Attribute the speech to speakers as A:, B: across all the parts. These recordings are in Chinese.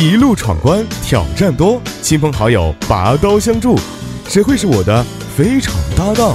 A: 一路闯关，挑战多，亲朋好友拔刀相助，谁会是我的非常搭档？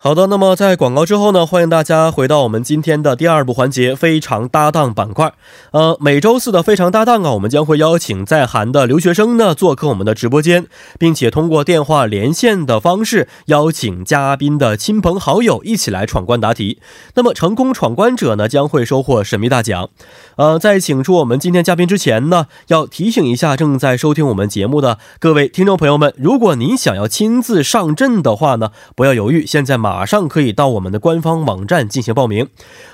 B: 好的，那么在广告之后呢，欢迎大家回到我们今天的第二部环节“非常搭档”板块。呃，每周四的“非常搭档”啊，我们将会邀请在韩的留学生呢做客我们的直播间，并且通过电话连线的方式邀请嘉宾的亲朋好友一起来闯关答题。那么成功闯关者呢，将会收获神秘大奖。呃，在请出我们今天嘉宾之前呢，要提醒一下正在收听我们节目的各位听众朋友们，如果您想要亲自上阵的话呢，不要犹豫，现在马上可以到我们的官方网站进行报名。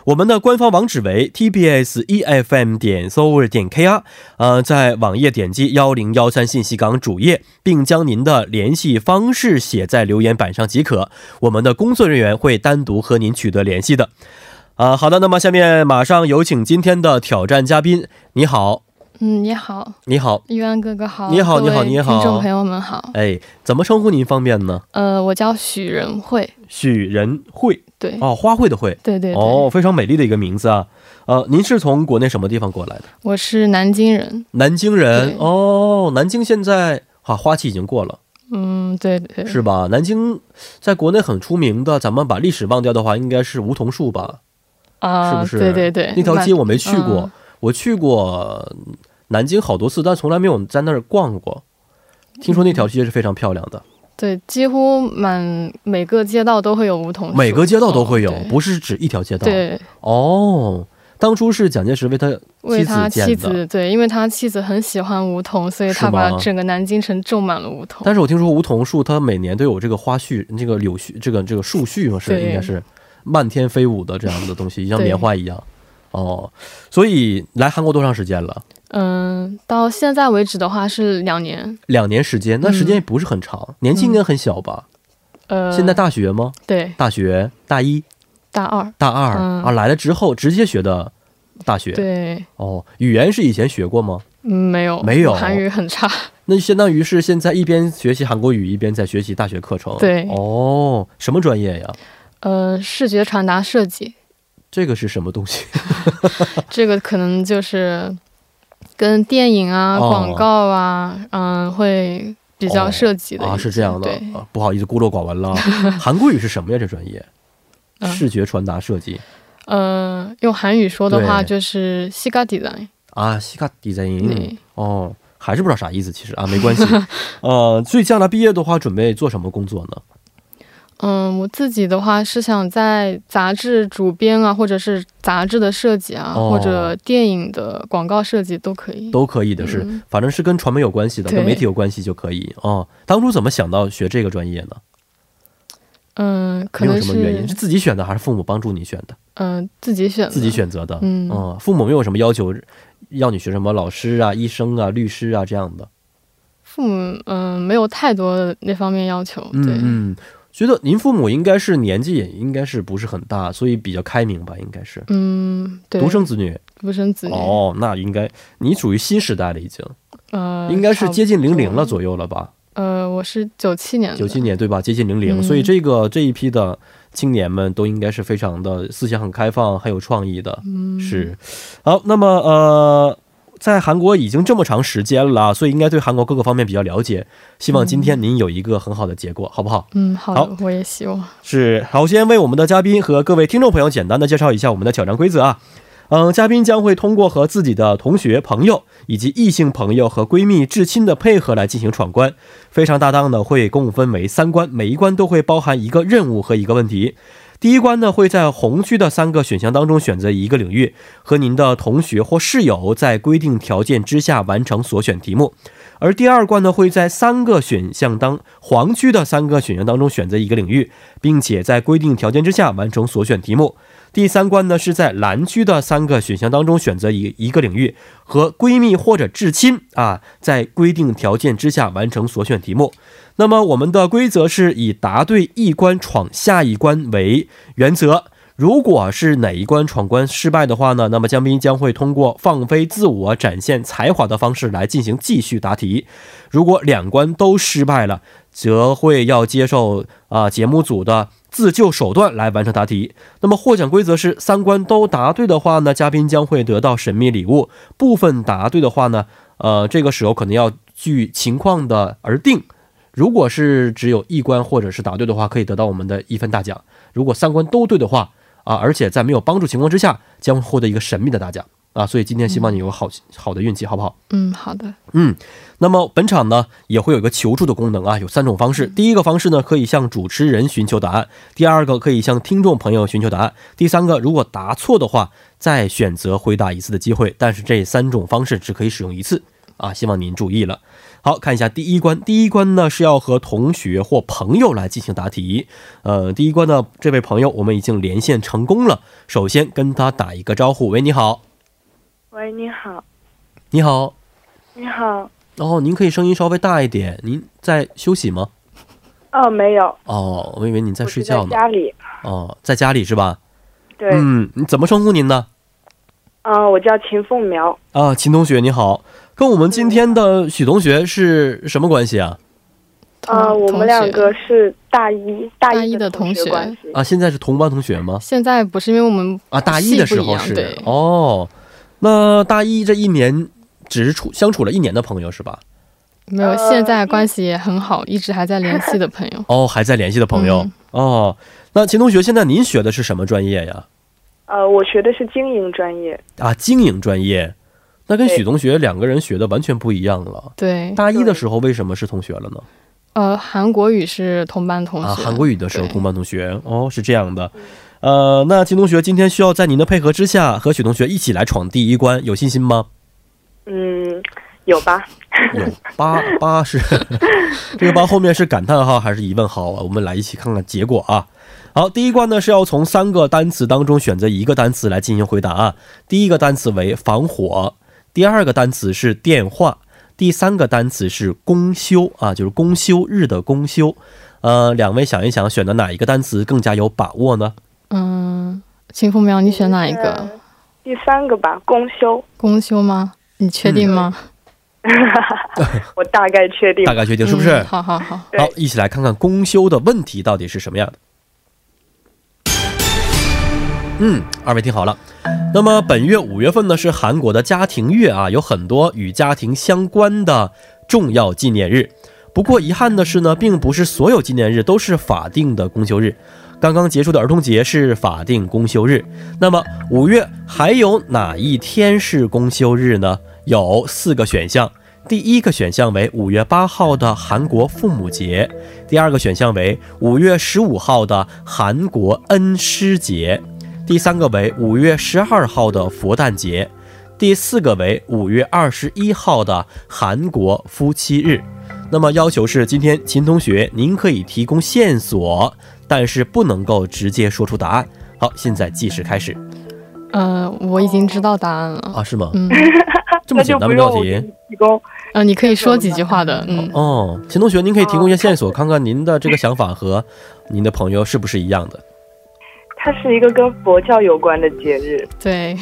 B: 我们的官方网址为 tbs efm 点 s o u r 点 kr，呃，在网页点击幺零幺三信息港主页，并将您的联系方式写在留言板上即可，我们的工作人员会单独和您取得联系的。啊，好的，那么下面马上有请今天的挑战嘉宾。你好，
C: 嗯，你好，
B: 你好，
C: 玉安哥哥好，
B: 你好
C: 各位
B: 你好你好
C: 听众朋友们好，
B: 哎，怎么称呼您方便呢？
C: 呃，我叫许仁慧，
B: 许仁惠
C: 对，
B: 哦，花卉的卉，
C: 对哎对对、
B: 哦，非常美丽的一个名字啊。呃，您是从国内什么地方过来的？
C: 我是南京人，
B: 南京人
C: 对
B: 哦，南京现在啊，花期已经过了，
C: 嗯，对对，
B: 是吧？南京在国内很出名的，咱们把历史忘掉的话，应该是梧桐树吧？
C: 啊、
B: 是不是
C: 对对对，
B: 那条街我没去过，
C: 嗯
B: 我去过南京好多次，但从来没有在那儿逛过。听说那条街是非常漂亮的，
C: 对，几乎满每个街道都会有梧桐树，
B: 每个街道都会有，
C: 嗯
B: 不是指一条街道。
C: 对对，
B: 哦，当初是蒋介石为他
C: 为他妻
B: 妻子建的，
C: 子，对，因为他妻子很喜欢梧桐，所以
B: 是
C: 他把
B: 吗
C: 整个南京城种满了梧桐。
B: 但是我听说梧桐树它每年都有这个花絮、这个柳絮、这个这个树絮嘛，是
C: 对
B: 应该是漫天飞舞的这样的东西，像
C: 对
B: 棉花一样。哦，所以来韩国多长时间了？
C: 嗯，到现在为止的话是两年，
B: 两年时间，那时
C: 嗯
B: 间也不是很长，年纪应该很小吧？
C: 呃，
B: 现在大学吗？
C: 对
B: 大学大一、
C: 大二，
B: 大二、
C: 嗯
B: 啊，来了之后直接学的大学。
C: 对，
B: 哦，语言是以前学过吗？
C: 嗯，没有
B: 没有
C: 我韩语很差，
B: 那相当于是现在一边学习韩国语，一边在学习大学课程。
C: 对
B: 哦，什么专业呀？
C: 呃，视觉传达设计，
B: 这个是什么东西？
C: 这个可能就是跟电影啊、
B: 哦
C: 广告啊，嗯，会比较涉及的、
B: 啊，是这样的
C: 对，
B: 啊，不好意思，孤陋寡闻 了。韩国语是什么呀？这专业？
C: 嗯
B: 视觉传达设计
C: 呃，用韩语说的话
B: 对
C: 就是西嘎 design，
B: 啊，西卡 design
C: 对
B: 哦，还是不知道啥意思，其实啊，没关 系。呃，所以将来毕业的话，准备做什么工作呢？
C: 嗯，我自己的话是想在杂志主编啊，或者是杂志的设计啊，
B: 哦
C: 或者电影的广告设计都可以。
B: 都可以的是，
C: 嗯
B: 反正是跟传媒有关系的，
C: 对
B: 跟媒体有关系就可以哦。当初怎么想到学这个专业呢？
C: 嗯，可
B: 没有
C: 能
B: 什么原
C: 是
B: 因，是自己选的还是父母帮助你选的？
C: 嗯、自己选的，
B: 自己选择的。哦
C: 嗯
B: 父母没有什么要求，要你学什么老师啊、医生啊、律师啊这样的。
C: 父母嗯、没有太多的那方面要求，对，
B: 嗯嗯，觉得您父母应该是年纪也应该是不是很大，所以比较开明吧，应该是
C: 嗯，对，
B: 独生子女
C: 独生子女，
B: 哦，那应该你属于新时代了，已经
C: 呃，
B: 应该是接近
C: 差
B: 零
C: 不多
B: 零了。左右了吧？
C: 呃，我是九七年的，
B: 九七年对吧？接近零零，
C: 嗯
B: 所以这个这一批的青年们都应该是非常的思想很开放、很有创意的。
C: 嗯，
B: 是，好，那么呃，在韩国已经这么长时间了啊，所以应该对韩国各个方面比较了解。希望今天您有一个很好的结果，好不好？
C: 嗯，好的，
B: 好
C: 我也希望。
B: 是，好，先为我们的嘉宾和各位听众朋友简单的介绍一下我们的挑战规则啊。嗯，嘉宾将会通过和自己的同学、朋友以及异性朋友和闺蜜、至亲的配合来进行闯关。非常搭档呢会共分为三关，每一关都会包含一个任务和一个问题。第一关呢会在红区的三个选项当中选择一个领域，和您的同学或室友在规定条件之下完成所选题目。而第二关呢，会在三个选项当黄区的三个选项当中选择一个领域，并且在规定条件之下完成所选题目。第三关呢，是在蓝区的三个选项当中选择一一个领域，和闺蜜或者至亲啊，在规定条件之下完成所选题目。那么我们的规则是以答对一关闯下一关为原则。如果是哪一关闯关失败的话呢，那么江斌将会通过放飞自我、展现才华的方式来进行继续答题。如果两关都失败了，则会要接受啊、节目组的自救手段来完成答题。那么获奖规则是三关都答对的话呢，嘉宾将会得到神秘礼物；部分答对的话呢，呃，这个时候可能要据情况的而定。如果是只有一关或者是答对的话，可以得到我们的一分大奖；如果三关都对的话，啊，而且在没有帮助情况之下，将会获得一个神秘的大奖啊。所以今天希望你有好好的运气，好不好？
C: 嗯，好
D: 啊
C: 的，
B: 嗯，那么本场呢也会有一个求助的功能啊，有三种方式。第一个方式呢，可以向主持人寻求答案；第二个可以向听众朋友寻求答案；第三个，如果答错的话，再选择回答一次的机会。但是这三种方式只可以使用一次啊，希望您注意了。好看一下第一关，第一关呢是要和同学或朋友来进行答题。呃，第一关呢，这位朋友我们已经连线成功了，首先跟他打一个招呼，喂，你好，
D: 喂，你好，
B: 你好，
D: 你好。
B: 然、后您可以声音稍微大一点，您在休息吗？
D: 哦，没有，
B: 哦，我以为您在
D: 我
B: 睡
D: 是
B: 觉呢。
D: 家里。
B: 哦，在家里是吧？
D: 对，嗯、
B: 嗯，你怎么称呼您呢？
D: 我叫秦凤苗，
B: 啊，秦同学你好，跟我们今天的许同学是什么关系啊？
C: 同
D: 呃，我
C: 哦同学
D: 们两个是大一，大
C: 大一的同
D: 同
C: 学
D: 关系。
B: 啊，现在是同班同学吗？
C: 现在不是因为我们
B: 啊，大一的时候
C: 系不一样
B: 是
C: 对
B: 哦，那大一这一年只是处相处了一年的朋友是吧？。
C: 没有，
D: 呃
C: 现在关系也很好，一直还在联系的朋友
B: 哦，还在联系的朋友、
C: 嗯
B: 哦。那秦同学，现在您学的是什么专业呀？
D: 呃，我学的是经营专业。
B: 啊，经营专业。那跟
D: 对
B: 许同学两个人学的完全不一样了。
C: 对，
B: 大一的时候为什么是同学了呢？
C: 呃，韩国语是同班同学，
B: 啊，韩国语的时候
C: 对
B: 同班同学哦，是这样的。呃，那秦同学今天需要在您的配合之下和许同学一起来闯第一关，有信心吗？
D: 嗯，有吧？
B: 有八八是这个八后面是感叹号还是疑问号啊？我们来一起看看结果啊。好，第一关呢是要从三个单词当中选择一个单词来进行回答啊。第一个单词为防火，第二个单词是电话，第三个单词是公休啊，就是公休日的公休。呃，两位想一想，选的哪一个单词更加有把握呢？
C: 嗯，秦风苗，你选哪一个？
D: 嗯第三个吧，公休，
C: 公休吗？你确定
B: 嗯
C: 吗？
D: 我大概确定
B: 大。概决定是不是？
C: 嗯好好好，
D: 对
B: 好，一起来看看公休的问题到底是什么样的。嗯，二位听好了。那么本月五月份呢是韩国的家庭月啊，有很多与家庭相关的重要纪念日。不过遗憾的是呢，并不是所有纪念日都是法定的公休日。刚刚结束的儿童节是法定公休日，那么五月还有哪一天是公休日呢？有四个选项，第一个选项为五月八号的韩国父母节，第二个选项为五月十五号的韩国恩师节，第三个为五月十二号的佛诞节，第四个为五月二十一号的韩国夫妻日。那么要求是，今天秦同学您可以提供线索，但是不能够直接说出答案。好，现在计时开始
C: 呃，我已经知道答案了。
B: 啊，是吗？
C: 嗯，
B: 这么
D: 那就
B: 简单
D: 不
B: 的
D: 用
B: 道题
D: 我给你提供。
C: 呃，你可以说几句话的。嗯，
B: 哦，秦同学，您可以提供一些线索，看看您的这个想法和您的朋友是不是一样的。
D: 它是一个跟佛教有关的节日，
C: 对，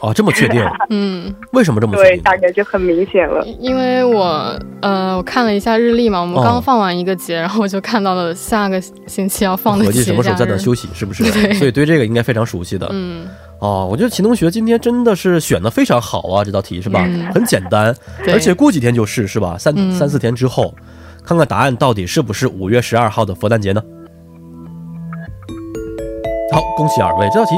B: 哦，这么确 定？
C: 嗯，
B: 为什么这么确
D: 对，
B: 定？
D: 大概就很明显了。
C: 因为我呃，我看了一下日历嘛，我们
B: 哦
C: 刚放完一个节，然后我就看到了下个星期要放的
B: 合计
C: 节
B: 什么时
C: 假
B: 候在那儿
C: 日。
B: 休息，是不是？
C: 对
B: 所以对这个应该非常熟悉的。
C: 嗯，
B: 哦，我觉得秦同学今天真的是选的非常好啊，这道题是吧？
C: 嗯
B: 很简单，
C: 对
B: 而且过几天就是是吧？三、
C: 嗯
B: 三四天之后，看看答案到底是不是五月十二号的佛诞节呢？好，恭喜二位，这道题。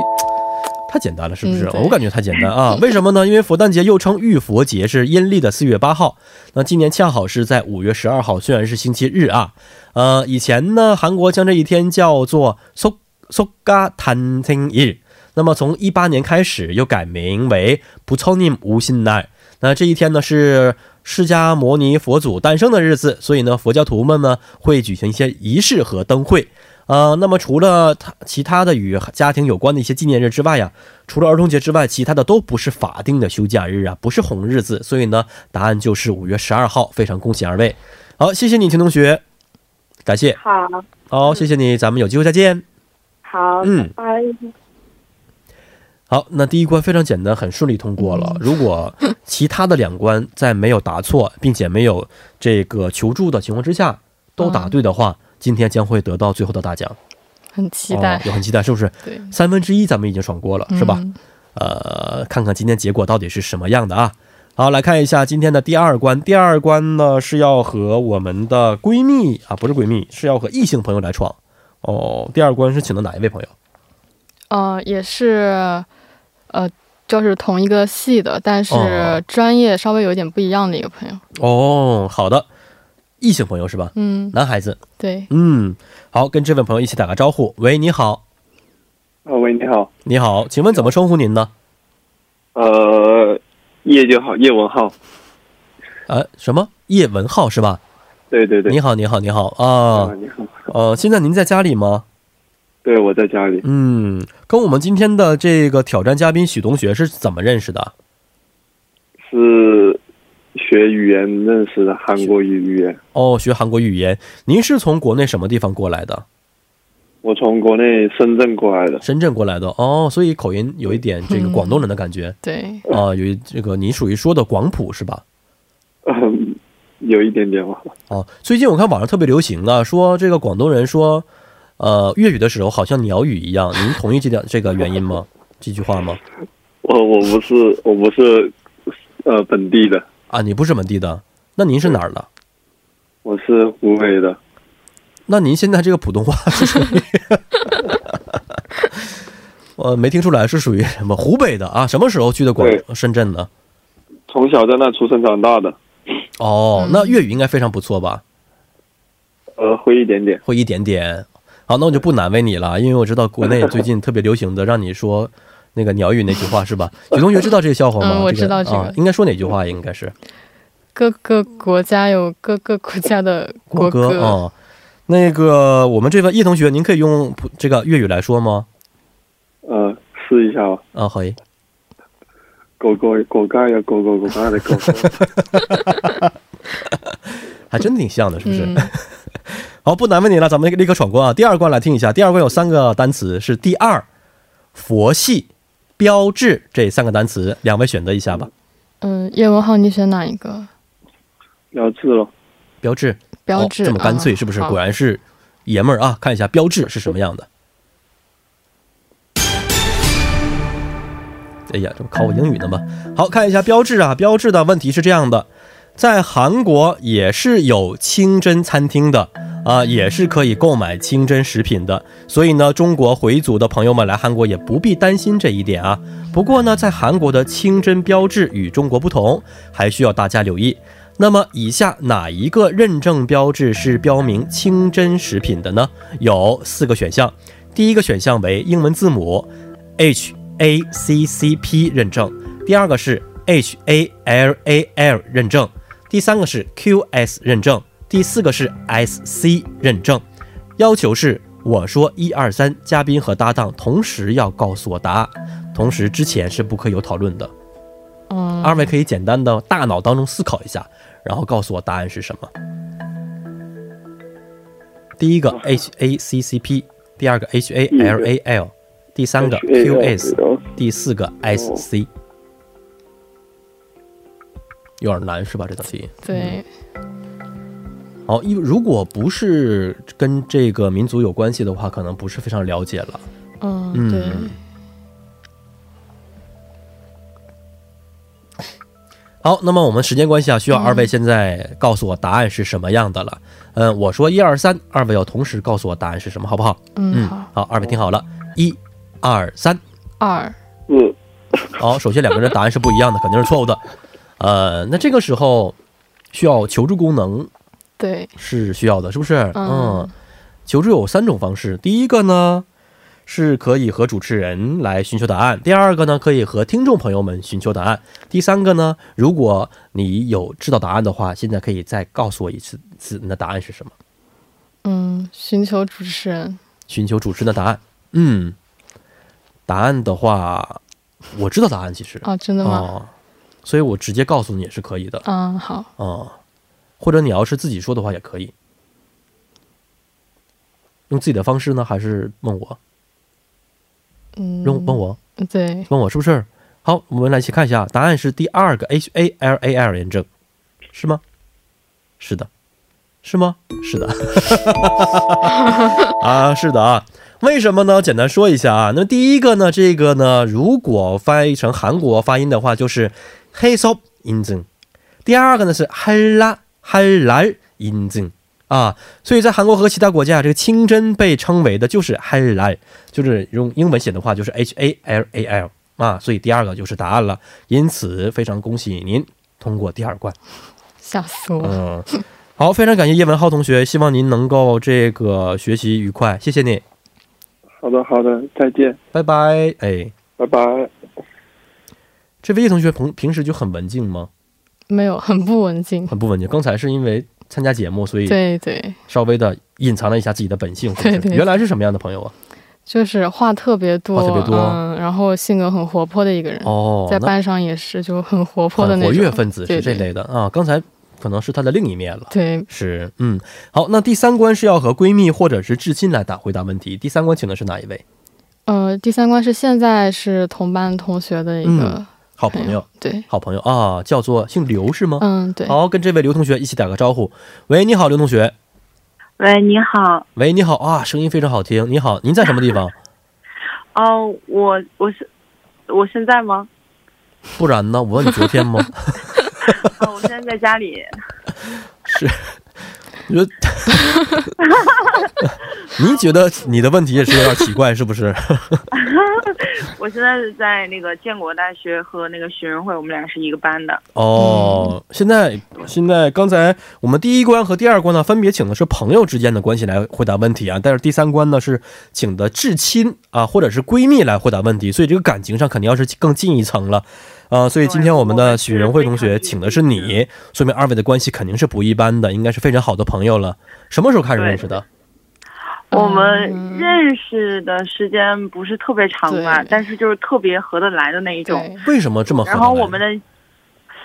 B: 太简单了，是不是？
C: 嗯对
B: 我感觉太简单 啊！为什么呢？因为佛诞节又称浴佛节，是阴历的四月八号。那今年恰好是在五月十二号，虽然是星期日啊。呃，以前呢，韩国将这一天叫做 So So Ga Tan Ting 日。那么从一八年开始又改名为不操念无心奈。那这一天呢是释迦牟尼佛祖诞生的日子，所以呢佛教徒们呢会举行一些仪式和灯会。呃，那么除了他其他的与家庭有关的一些纪念日之外呀，除了儿童节之外，其他的都不是法定的休假日啊，不是红日子，所以呢，答案就是五月十二号。非常恭喜二位，好，谢谢你，秦同学，感谢，
D: 好，
B: 好，谢谢你，咱们有机会再见。
D: 好，
B: 嗯
D: 拜拜。
B: 好，那第一关非常简单，很顺利通过
C: 嗯
B: 了。如果其他的两关在没有答错，并且没有这个求助的情况之下都答对的话，今天将会得到最后的大奖。
C: 很嗯期待。
B: 哦，有很期待，是不是？
C: 对，
B: 三分之一咱们已经闯过了，是吧？
C: 嗯？
B: 呃，看看今天结果到底是什么样的啊。好，来看一下今天的第二关。第二关呢是要和我们的闺蜜啊，不是闺蜜，是要和异性朋友来闯。哦，第二关是请的哪一位朋友？
C: 呃，也是，呃，就是同一个系的，但
B: 哦
C: 是专业稍微有点不一样的一个朋友。
B: 哦，好的，异性朋友是吧？
C: 嗯，
B: 男孩子，
C: 对，
B: 嗯，好，跟这位朋友一起打个招呼。喂，你好，
E: 呃，喂，你好，
B: 你好，请问怎么称呼您呢？
E: 呃，叶就好，叶文浩，
B: 呃，什么？叶文浩是吧？
E: 对对对，
B: 你好，你好，你好
E: 啊，
B: 啊，
E: 你好，
B: 呃，现在您在家里吗？
E: 对我在家里，
B: 嗯，跟我们今天的这个挑战嘉宾许同学是怎么认识的？
E: 是学语言认识的，韩国语语言。
B: 哦，学韩国语言。您是从国内什么地方过来的？
E: 我从国内深圳过来的，
B: 深圳过来的哦，所以口音有一点这个广东人的感觉
C: 对，
B: 啊、有一这个你属于说的广普是吧？
E: 嗯，有一点点吧。
B: 哦，最近我看网上特别流行啊，说这个广东人说，呃，粤语的时候好像鸟语一样。您同意这点这个原因吗？这句话吗？
E: 我我不是我不是呃本地的，
B: 啊，你不是本地的，那您是哪儿的？
E: 我是湖北的。
B: 那您现在这个普通 话是属于，我没听出来是属于什么湖北的啊？什么时候去的广
E: 对
B: 深圳呢？
E: 从小在那出生长大的，
B: 哦，
C: 嗯
B: 那粤语应该非常不错吧？
E: 呃，会一点点。
B: 会一点点。好，那我就不难为你了，因为我知道国内最近特别流行的让你说那个鸟语那句话是 吧？许同学知道这个笑话吗？
C: 嗯我知道
B: 这个
C: 这
B: 啊
C: 个，
B: 应该说哪句话？应该是
C: 各个国家有各个国家的
B: 国
C: 国
B: 歌啊、哦那个我们这位叶同学，您可以用普这个粤语来说吗？
E: 呃，试一下吧。
B: 啊，好耶，
E: 狗狗狗盖呀，狗狗狗盖的狗 狗。
B: 还真挺像的，是不是？
C: 嗯，
B: 好，不难为你了，咱们立刻闯关啊！第二关来听一下，第二关有三个单词是第二、佛系、标志这三个单词，两位选择一下吧。
C: 嗯，叶文浩，你选哪一个？
E: 标志了，
B: 标志，
C: 标志、
B: 哦、这么干脆，是不是？
C: 啊、
B: 果然是爷们儿啊！看一下标志是什么样的。哎呀，这不考我英语呢吗？好看一下标志啊，标志的问题是这样的，在韩国也是有清真餐厅的啊、也是可以购买清真食品的，所以呢，中国回族的朋友们来韩国也不必担心这一点啊。不过呢，在韩国的清真标志与中国不同，还需要大家留意。那么，以下哪一个认证标志是标明清真食品的呢？有四个选项，第一个选项为英文字母 H A C C P 认证，第二个是 H A L A L 认证，第三个是 Q S 认证，第四个是 S C 认证。要求是我说一二三，嘉宾和搭档同时要告诉我答案，同时之前是不可以有讨论的。
C: 嗯，
B: 二位可以简单的大脑当中思考一下，然后告诉我答案是什么。第一个 H A C C P，第二个 H A L A L，第三个 Q S，第四个 S C。有点难是吧？这道题。
C: 对，
B: 好，因为如果不是跟这个民族有关系的话，可能不是非常了解了。
C: 嗯，
B: 嗯
C: 对，
B: 好，那么我们时间关系啊，需要二位现在告诉我答案是什么样的了。嗯，我说一二三，二位要同时告诉我答案是什么，好不好？
C: 嗯，
B: 嗯
C: 好，，
B: 好，二位听好了，一、二、三。
C: 二，
E: 是
B: 好、首先两个人答案是不一样的，肯定是错误的。呃，那这个时候需要求助功能
C: 对，
B: 是需要的，是不是？
C: 嗯
B: 嗯，求助有三种方式，第一个呢是可以和主持人来寻求答案，第二个呢可以和听众朋友们寻求答案，第三个呢，如果你有知道答案的话，现在可以再告诉我一次次你的答案是什么，
C: 嗯，寻求主持人，
B: 寻求主持人的答案。嗯，答案的话，我知道答案其实
C: 哦，真的吗？
B: 哦，所以我直接告诉你也是可以的
C: 嗯，好，
B: 啊、或者你要是自己说的话也可以，用自己的方式呢，还是问我？
C: 嗯，
B: 问问我
C: 对，
B: 问我是不是？好，我们来一起看一下，答案是第二个 H A L A L 验证，是吗？是的，是吗？是的，啊，是的啊。为什么呢？简单说一下啊。那第一个呢，这个呢，如果翻译成韩国发音的话，就是黑手인증。第二个呢是한라한랄인증啊，所以在韩国和其他国家，这个清真被称为的就是한랄，就是用英文写的话就是 H A L A L 啊。所以第二个就是答案了。因此，非常恭喜您通过第二关。
C: 吓死我！了。
B: 嗯，好，非常感谢叶文浩同学，希望您能够这个学习愉快，谢谢你，
E: 好的，好的，再见，
B: 拜拜。哎，
E: 拜拜。
B: 这位叶同学平平时就很文静吗？
C: 没有，很不文静。
B: 很不文静。刚才是因为参加节目，所以
C: 对对，
B: 稍微的隐藏了一下自己的本性。是不是
C: 对对
B: 原来是什么样的朋友啊？
C: 就是话特别多，
B: 话特别多
C: 嗯，然后性格很活泼的一个人，
B: 哦，
C: 在
B: 那
C: 班上也是就很活泼的
B: 很
C: 那种，
B: 活跃分子是
C: 对
B: 这
C: 对
B: 类的啊。刚才可能是他的另一面了。
C: 对，
B: 是，嗯，好，那第三关是要和闺蜜或者是至亲来答回答问题。第三关请的是哪一位？
C: 呃，第三关是现在是同班同学的一
B: 嗯
C: 个
B: 好朋友，，
C: 对，
B: 好朋友啊，叫做姓刘是吗？
C: 哎嗯对，
B: 好，跟这位刘同学一起打个招呼。喂，你好，刘同学。
F: 喂，你好，
B: 喂，你好啊，声音非常好听。你好，您在什么地 方？
F: 哦，我我是我现在吗？
B: 不然呢？我问你昨天吗？
F: 哦，我现在在家里。
B: 我觉得，您觉得 你的问题也是有点奇怪，是不是？
F: 我现在是在那个建国大学和那个学生会，我们俩是一个班的。
B: 哦，现在现在刚才我们第一关和第二关呢，分别请的是朋友之间的关系来回答问题啊，但是第三关呢是请的至亲啊或者是闺蜜来回答问题，所以这个感情上肯定要是更进一层了。
F: 哦
B: 啊，所以今天我们的许仁慧同学请的是你，说明二位的关系肯定是不一般的，应该是非常好的朋友了。什么时候开始认识的？
F: 我们认识的时间不是特别长吧
C: 嗯对，
F: 但是就是特别合得来的那一种。
C: 对
B: 为什么这么哦合得
F: 然
B: 来呢？
F: 后我们的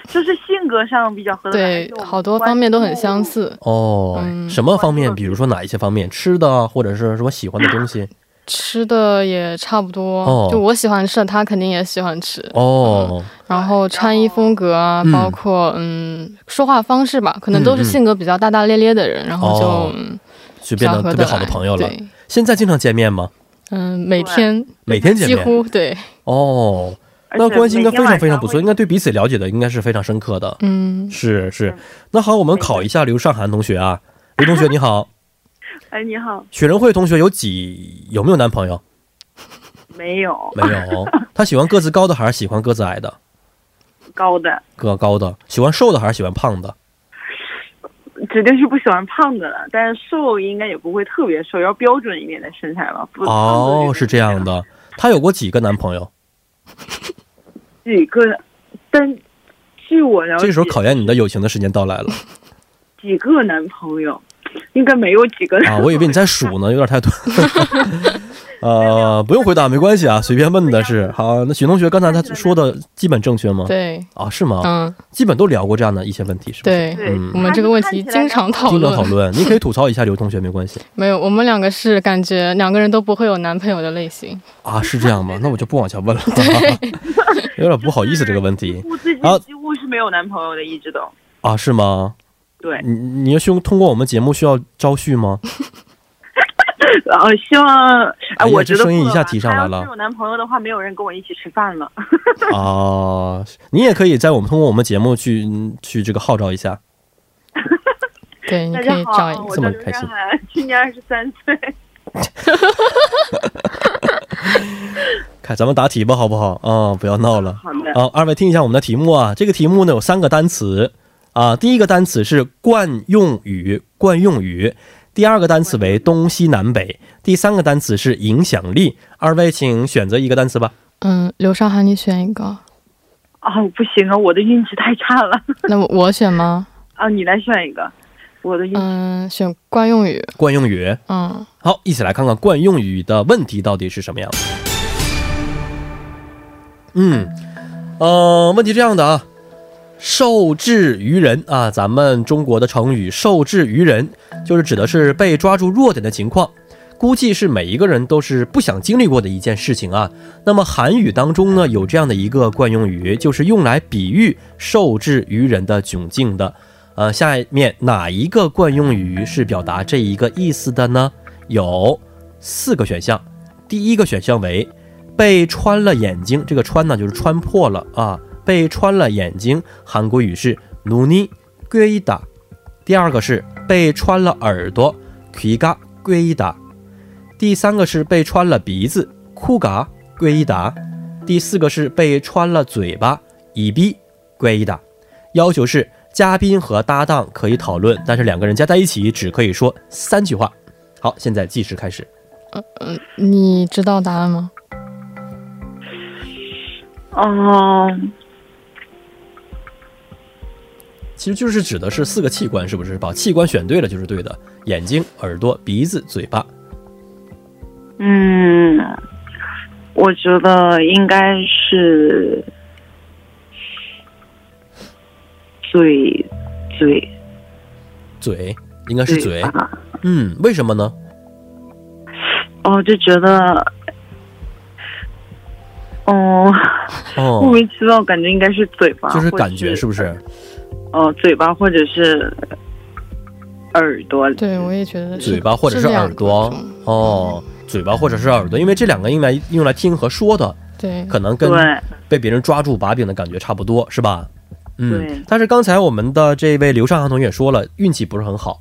F: 就是性格上比较合得来，就我
C: 对，
F: 们
C: 好多
F: 关
C: 方面都很
F: 注
C: 相。似，
B: 哦，
C: 嗯
B: 什么方面？
F: 关注
B: 比如说哪一些方面？吃的啊，或者是什么喜欢的东西？
C: 吃的也差不多，
B: 哦
C: 就我喜欢吃的，他肯定也喜欢吃，
B: 哦，
C: 然后穿衣风格啊，
B: 嗯
C: 包括嗯说话方式吧，可能都
B: 嗯嗯
C: 是性格比较大大咧咧的人，然后就、
B: 哦
C: 嗯
B: 就变得特别好的朋友了。
C: 对，
B: 现在经常见面吗？
C: 嗯，每天
B: 每天见
C: 几
B: 面？
C: 乎对，
B: 哦，
F: 而
B: 那
F: 且
B: 关系应该
F: 每
B: 非
F: 天
B: 常
F: 晚
B: 非常
F: 上
B: 不错，
F: 会
B: 应该对彼此了解的应该是非常深刻的。
C: 嗯，
B: 是是
F: 嗯，
B: 那好，我们考一下刘尚涵同学啊，刘 同学你好，
F: 哎，你好，
B: 雪人慧同学有几有没有男朋友？
F: 没有
B: 没 有，他喜欢个子高的还是喜欢个子矮的？
F: 高的，
B: 个高的，喜欢瘦的还是喜欢胖的？
F: 指定是不喜欢胖的了，但是瘦应该也不会特别瘦，要标准一点的身材吧。不
B: 哦，是这样
F: 的，
B: 的，他有过几个男朋友？
F: 几个，但据我了解，
B: 这时候考验你的友情的时间到来了
F: 几个男朋友，应该没有几个
B: 啊！我以为你在数呢，有点太多。呃，不用回答，没关系啊，随便问的是。好，那许同学刚才他说的基本正确吗？
C: 对，
B: 啊，是吗？
C: 嗯，
B: 基本都聊过这样的一些问题，是不是？
C: 对。
F: 对
B: 嗯，
C: 我们这个问题经常讨
B: 经常讨
C: 论，
B: 论，你可以吐槽一下刘同学，没关系
C: 没有，我们两个是感觉两个人都不会有男朋友的类型。
B: 啊，是这样吗？那我就不往下问了， 有点不好意思这个问题
F: 我最
B: 好
F: 近几乎是没有男朋友的，一直都
B: 啊，是吗？
F: 对。
B: 你你要用通过我们节目需要招婿吗？
F: 然后希望，
B: 哎
F: 哎，
B: 呀
F: 我
B: 这
F: 觉得
B: 声音
F: 不
B: 一下
F: 了
B: 提
F: 吧
B: 上
F: 他
B: 来
F: 要
B: 了
F: 是有男朋友的话，没有人跟我一起吃饭了。
B: 啊，你也可以在我们通过我们节目去嗯去这个号召一下。
C: 对，你
F: 大
C: 可
F: 家
C: 以
F: 好
C: 找一，个
F: 我
B: 这么
F: 叫
B: 开心
F: 刘山涵，今年二十三岁。
B: 看，咱们答题吧，好不好？啊、不要闹了。
F: 好的，
B: 啊，二位听一下我们的题目啊，这个题目呢有三个单词啊，第一个单词是惯用语，惯用语。第二个单词为东西南北，第三个单词是影响力。二位请选择一个单词吧。
C: 嗯，刘尚涵，你选一个，
F: 啊、不行啊，我的运气太差了。
C: 那我我选吗？
F: 啊，你来选一个，我的运气
C: 嗯，选惯用语。
B: 惯用语，
C: 嗯，
B: 好，一起来看看惯用语的问题到底是什么样的。嗯，呃，问题这样的啊，受制于人啊，咱们中国的成语“受制于人”就是指的是被抓住弱点的情况，估计是每一个人都是不想经历过的一件事情啊。那么韩语当中呢，有这样的一个惯用语，就是用来比喻受制于人的窘境的。呃，下面哪一个惯用语是表达这一个意思的呢？有四个选项。第一个选项为被穿了眼睛，这个穿呢就是穿破了啊，被穿了眼睛，韩国语是努尼괴이다。第二个是被穿了耳朵，귀가괴이다。第三个是被穿了鼻子，쿠가괴이다。第四个是被穿了嘴巴，이비괴이다。要求是嘉宾和搭档可以讨论，但是两个人加在一起只可以说三句话。好，现在计时开始。
C: 你知道答案吗？
F: 嗯，
B: 其实就是指的是四个器官，是不是？把器官选对了就是对的。眼睛、耳朵、鼻子、嘴巴。
F: 嗯，我觉得应该是嘴嘴
B: 嘴应该是嘴，
F: 吧。
B: 嗯，为什么呢？
F: 哦，就觉得，哦，莫
B: 哦，
F: 名其妙，感觉应该是嘴巴，
B: 就是
F: 或者
B: 感觉是不是？
F: 哦，嘴巴或者是耳朵，
C: 对，我也觉得是
B: 嘴巴或者是耳朵
C: 是两种
B: 哦，嘴巴或者是耳朵，因为这两个用来用来听和说的，
C: 对，
B: 可能跟
F: 对，
B: 被别人抓住把柄的感觉差不多，是吧？嗯
F: 对，
B: 但是刚才我们的这位刘尚航同学也说了，运气不是很好，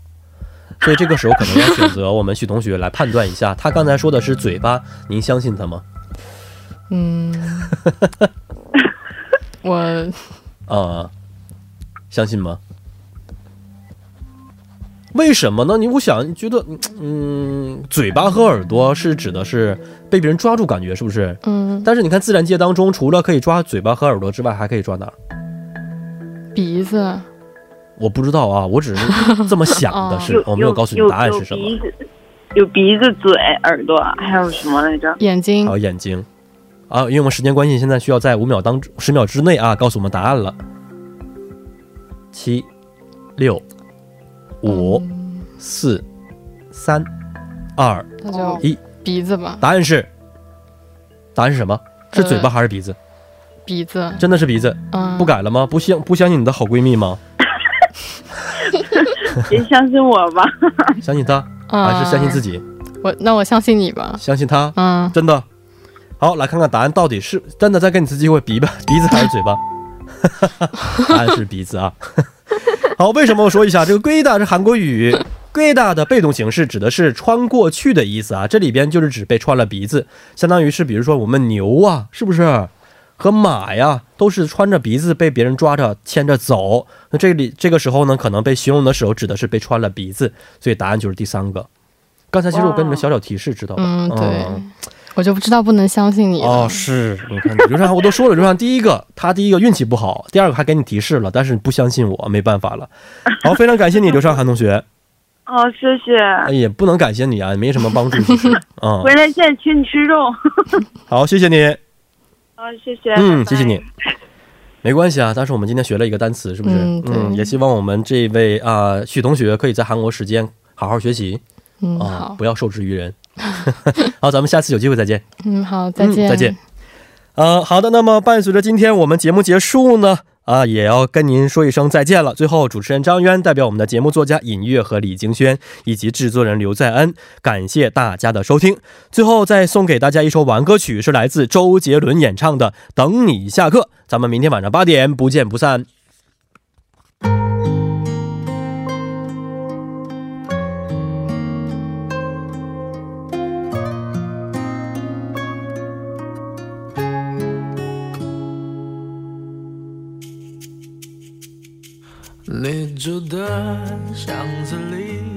B: 所以这个时候可能要选择我们许同学来判断一下，他刚才说的是嘴巴，您相信他吗？
C: 嗯，我
B: 啊、相信吗？为什么呢？你我想觉得，嗯，嘴巴和耳朵是指的是被别人抓住，感觉是不是？
C: 嗯
B: 但是你看自然界当中，除了可以抓嘴巴和耳朵之外，还可以抓哪儿？
C: 鼻子
B: 我不知道啊，我只是这么想的是，
F: 有
B: 我没有告诉你答案是什么
F: 有。鼻子，有鼻子、嘴、耳朵，还有什么来着？
C: 眼睛
B: 还有眼睛啊，因为我们时间关系，现在需要在五秒当十秒之内啊，告诉我们答案了。七、六、五、
C: 嗯
B: 四、三、二，
C: 那
F: 哦
C: 就
B: 一
C: 鼻子吧，
B: 答案是，答案是什么？
F: 呃
B: 是嘴巴还是鼻子？
C: 鼻子，
B: 真的是鼻子，
C: 嗯，
B: 不改了吗？不相不相信你的好闺蜜吗？
F: 别相信我吧，
B: 相信她
F: 嗯
C: 啊，
B: 还是相信自己？
C: 我那我相信你吧，
B: 相信她，
C: 嗯，
B: 真的。好，来看看答案到底是真的。再给你一次机会，鼻吧， 鼻子还是嘴巴？答案是鼻子啊。 好，为什么我说一下这个“龟大”是韩国语“龟大”的被动形式，指的是穿过去的意思啊。这里边就是指被穿了鼻子，相当于是比如说我们牛啊，是不是？和马呀，都是穿着鼻子被别人抓着牵着走。那这里这个时候呢，可能被形容的时候指的是被穿了鼻子，所以答案就是第三个。刚才其实我跟你们小小提示，知道吧？
C: 嗯，对，我就不知道不能相信你了。
B: 哦，是，你看刘畅，我都 说了，刘畅第一个他第一个运气不好，第二个还给你提示了，但是你不相信我，没办 法了。好，非常感谢你，刘畅韩同学，
F: 哦，谢谢。
B: 哎也不能感谢你啊，没什么帮助， 其实，嗯
F: 回，来见，请你吃肉。
B: 好，谢谢 你，
F: 啊、谢谢。
B: 嗯，
F: 拜拜
B: 谢谢你。没关系啊，但是我们今天学了一个单词，是不是？
C: 嗯对
B: 也希望我们这位啊、许同学可以在韩国时间好好学习
C: 嗯，
B: 啊、
C: 好，
B: 不要受制于人。 好，咱们下次有机会再见。
C: 嗯，好，再
B: 嗯、
C: 见，
B: 再见。。呃，好的，那么伴随着今天我们节目结束呢，啊，也要跟您说一声再见了。最后，主持人张渊代表我们的节目作家尹月和李京轩，以及制作人刘在恩，感谢大家的收听。最后再送给大家一首晚安歌曲，是来自周杰伦演唱的《等你下课》。咱们明天晚上八点不见不散。
G: 你住的巷子里，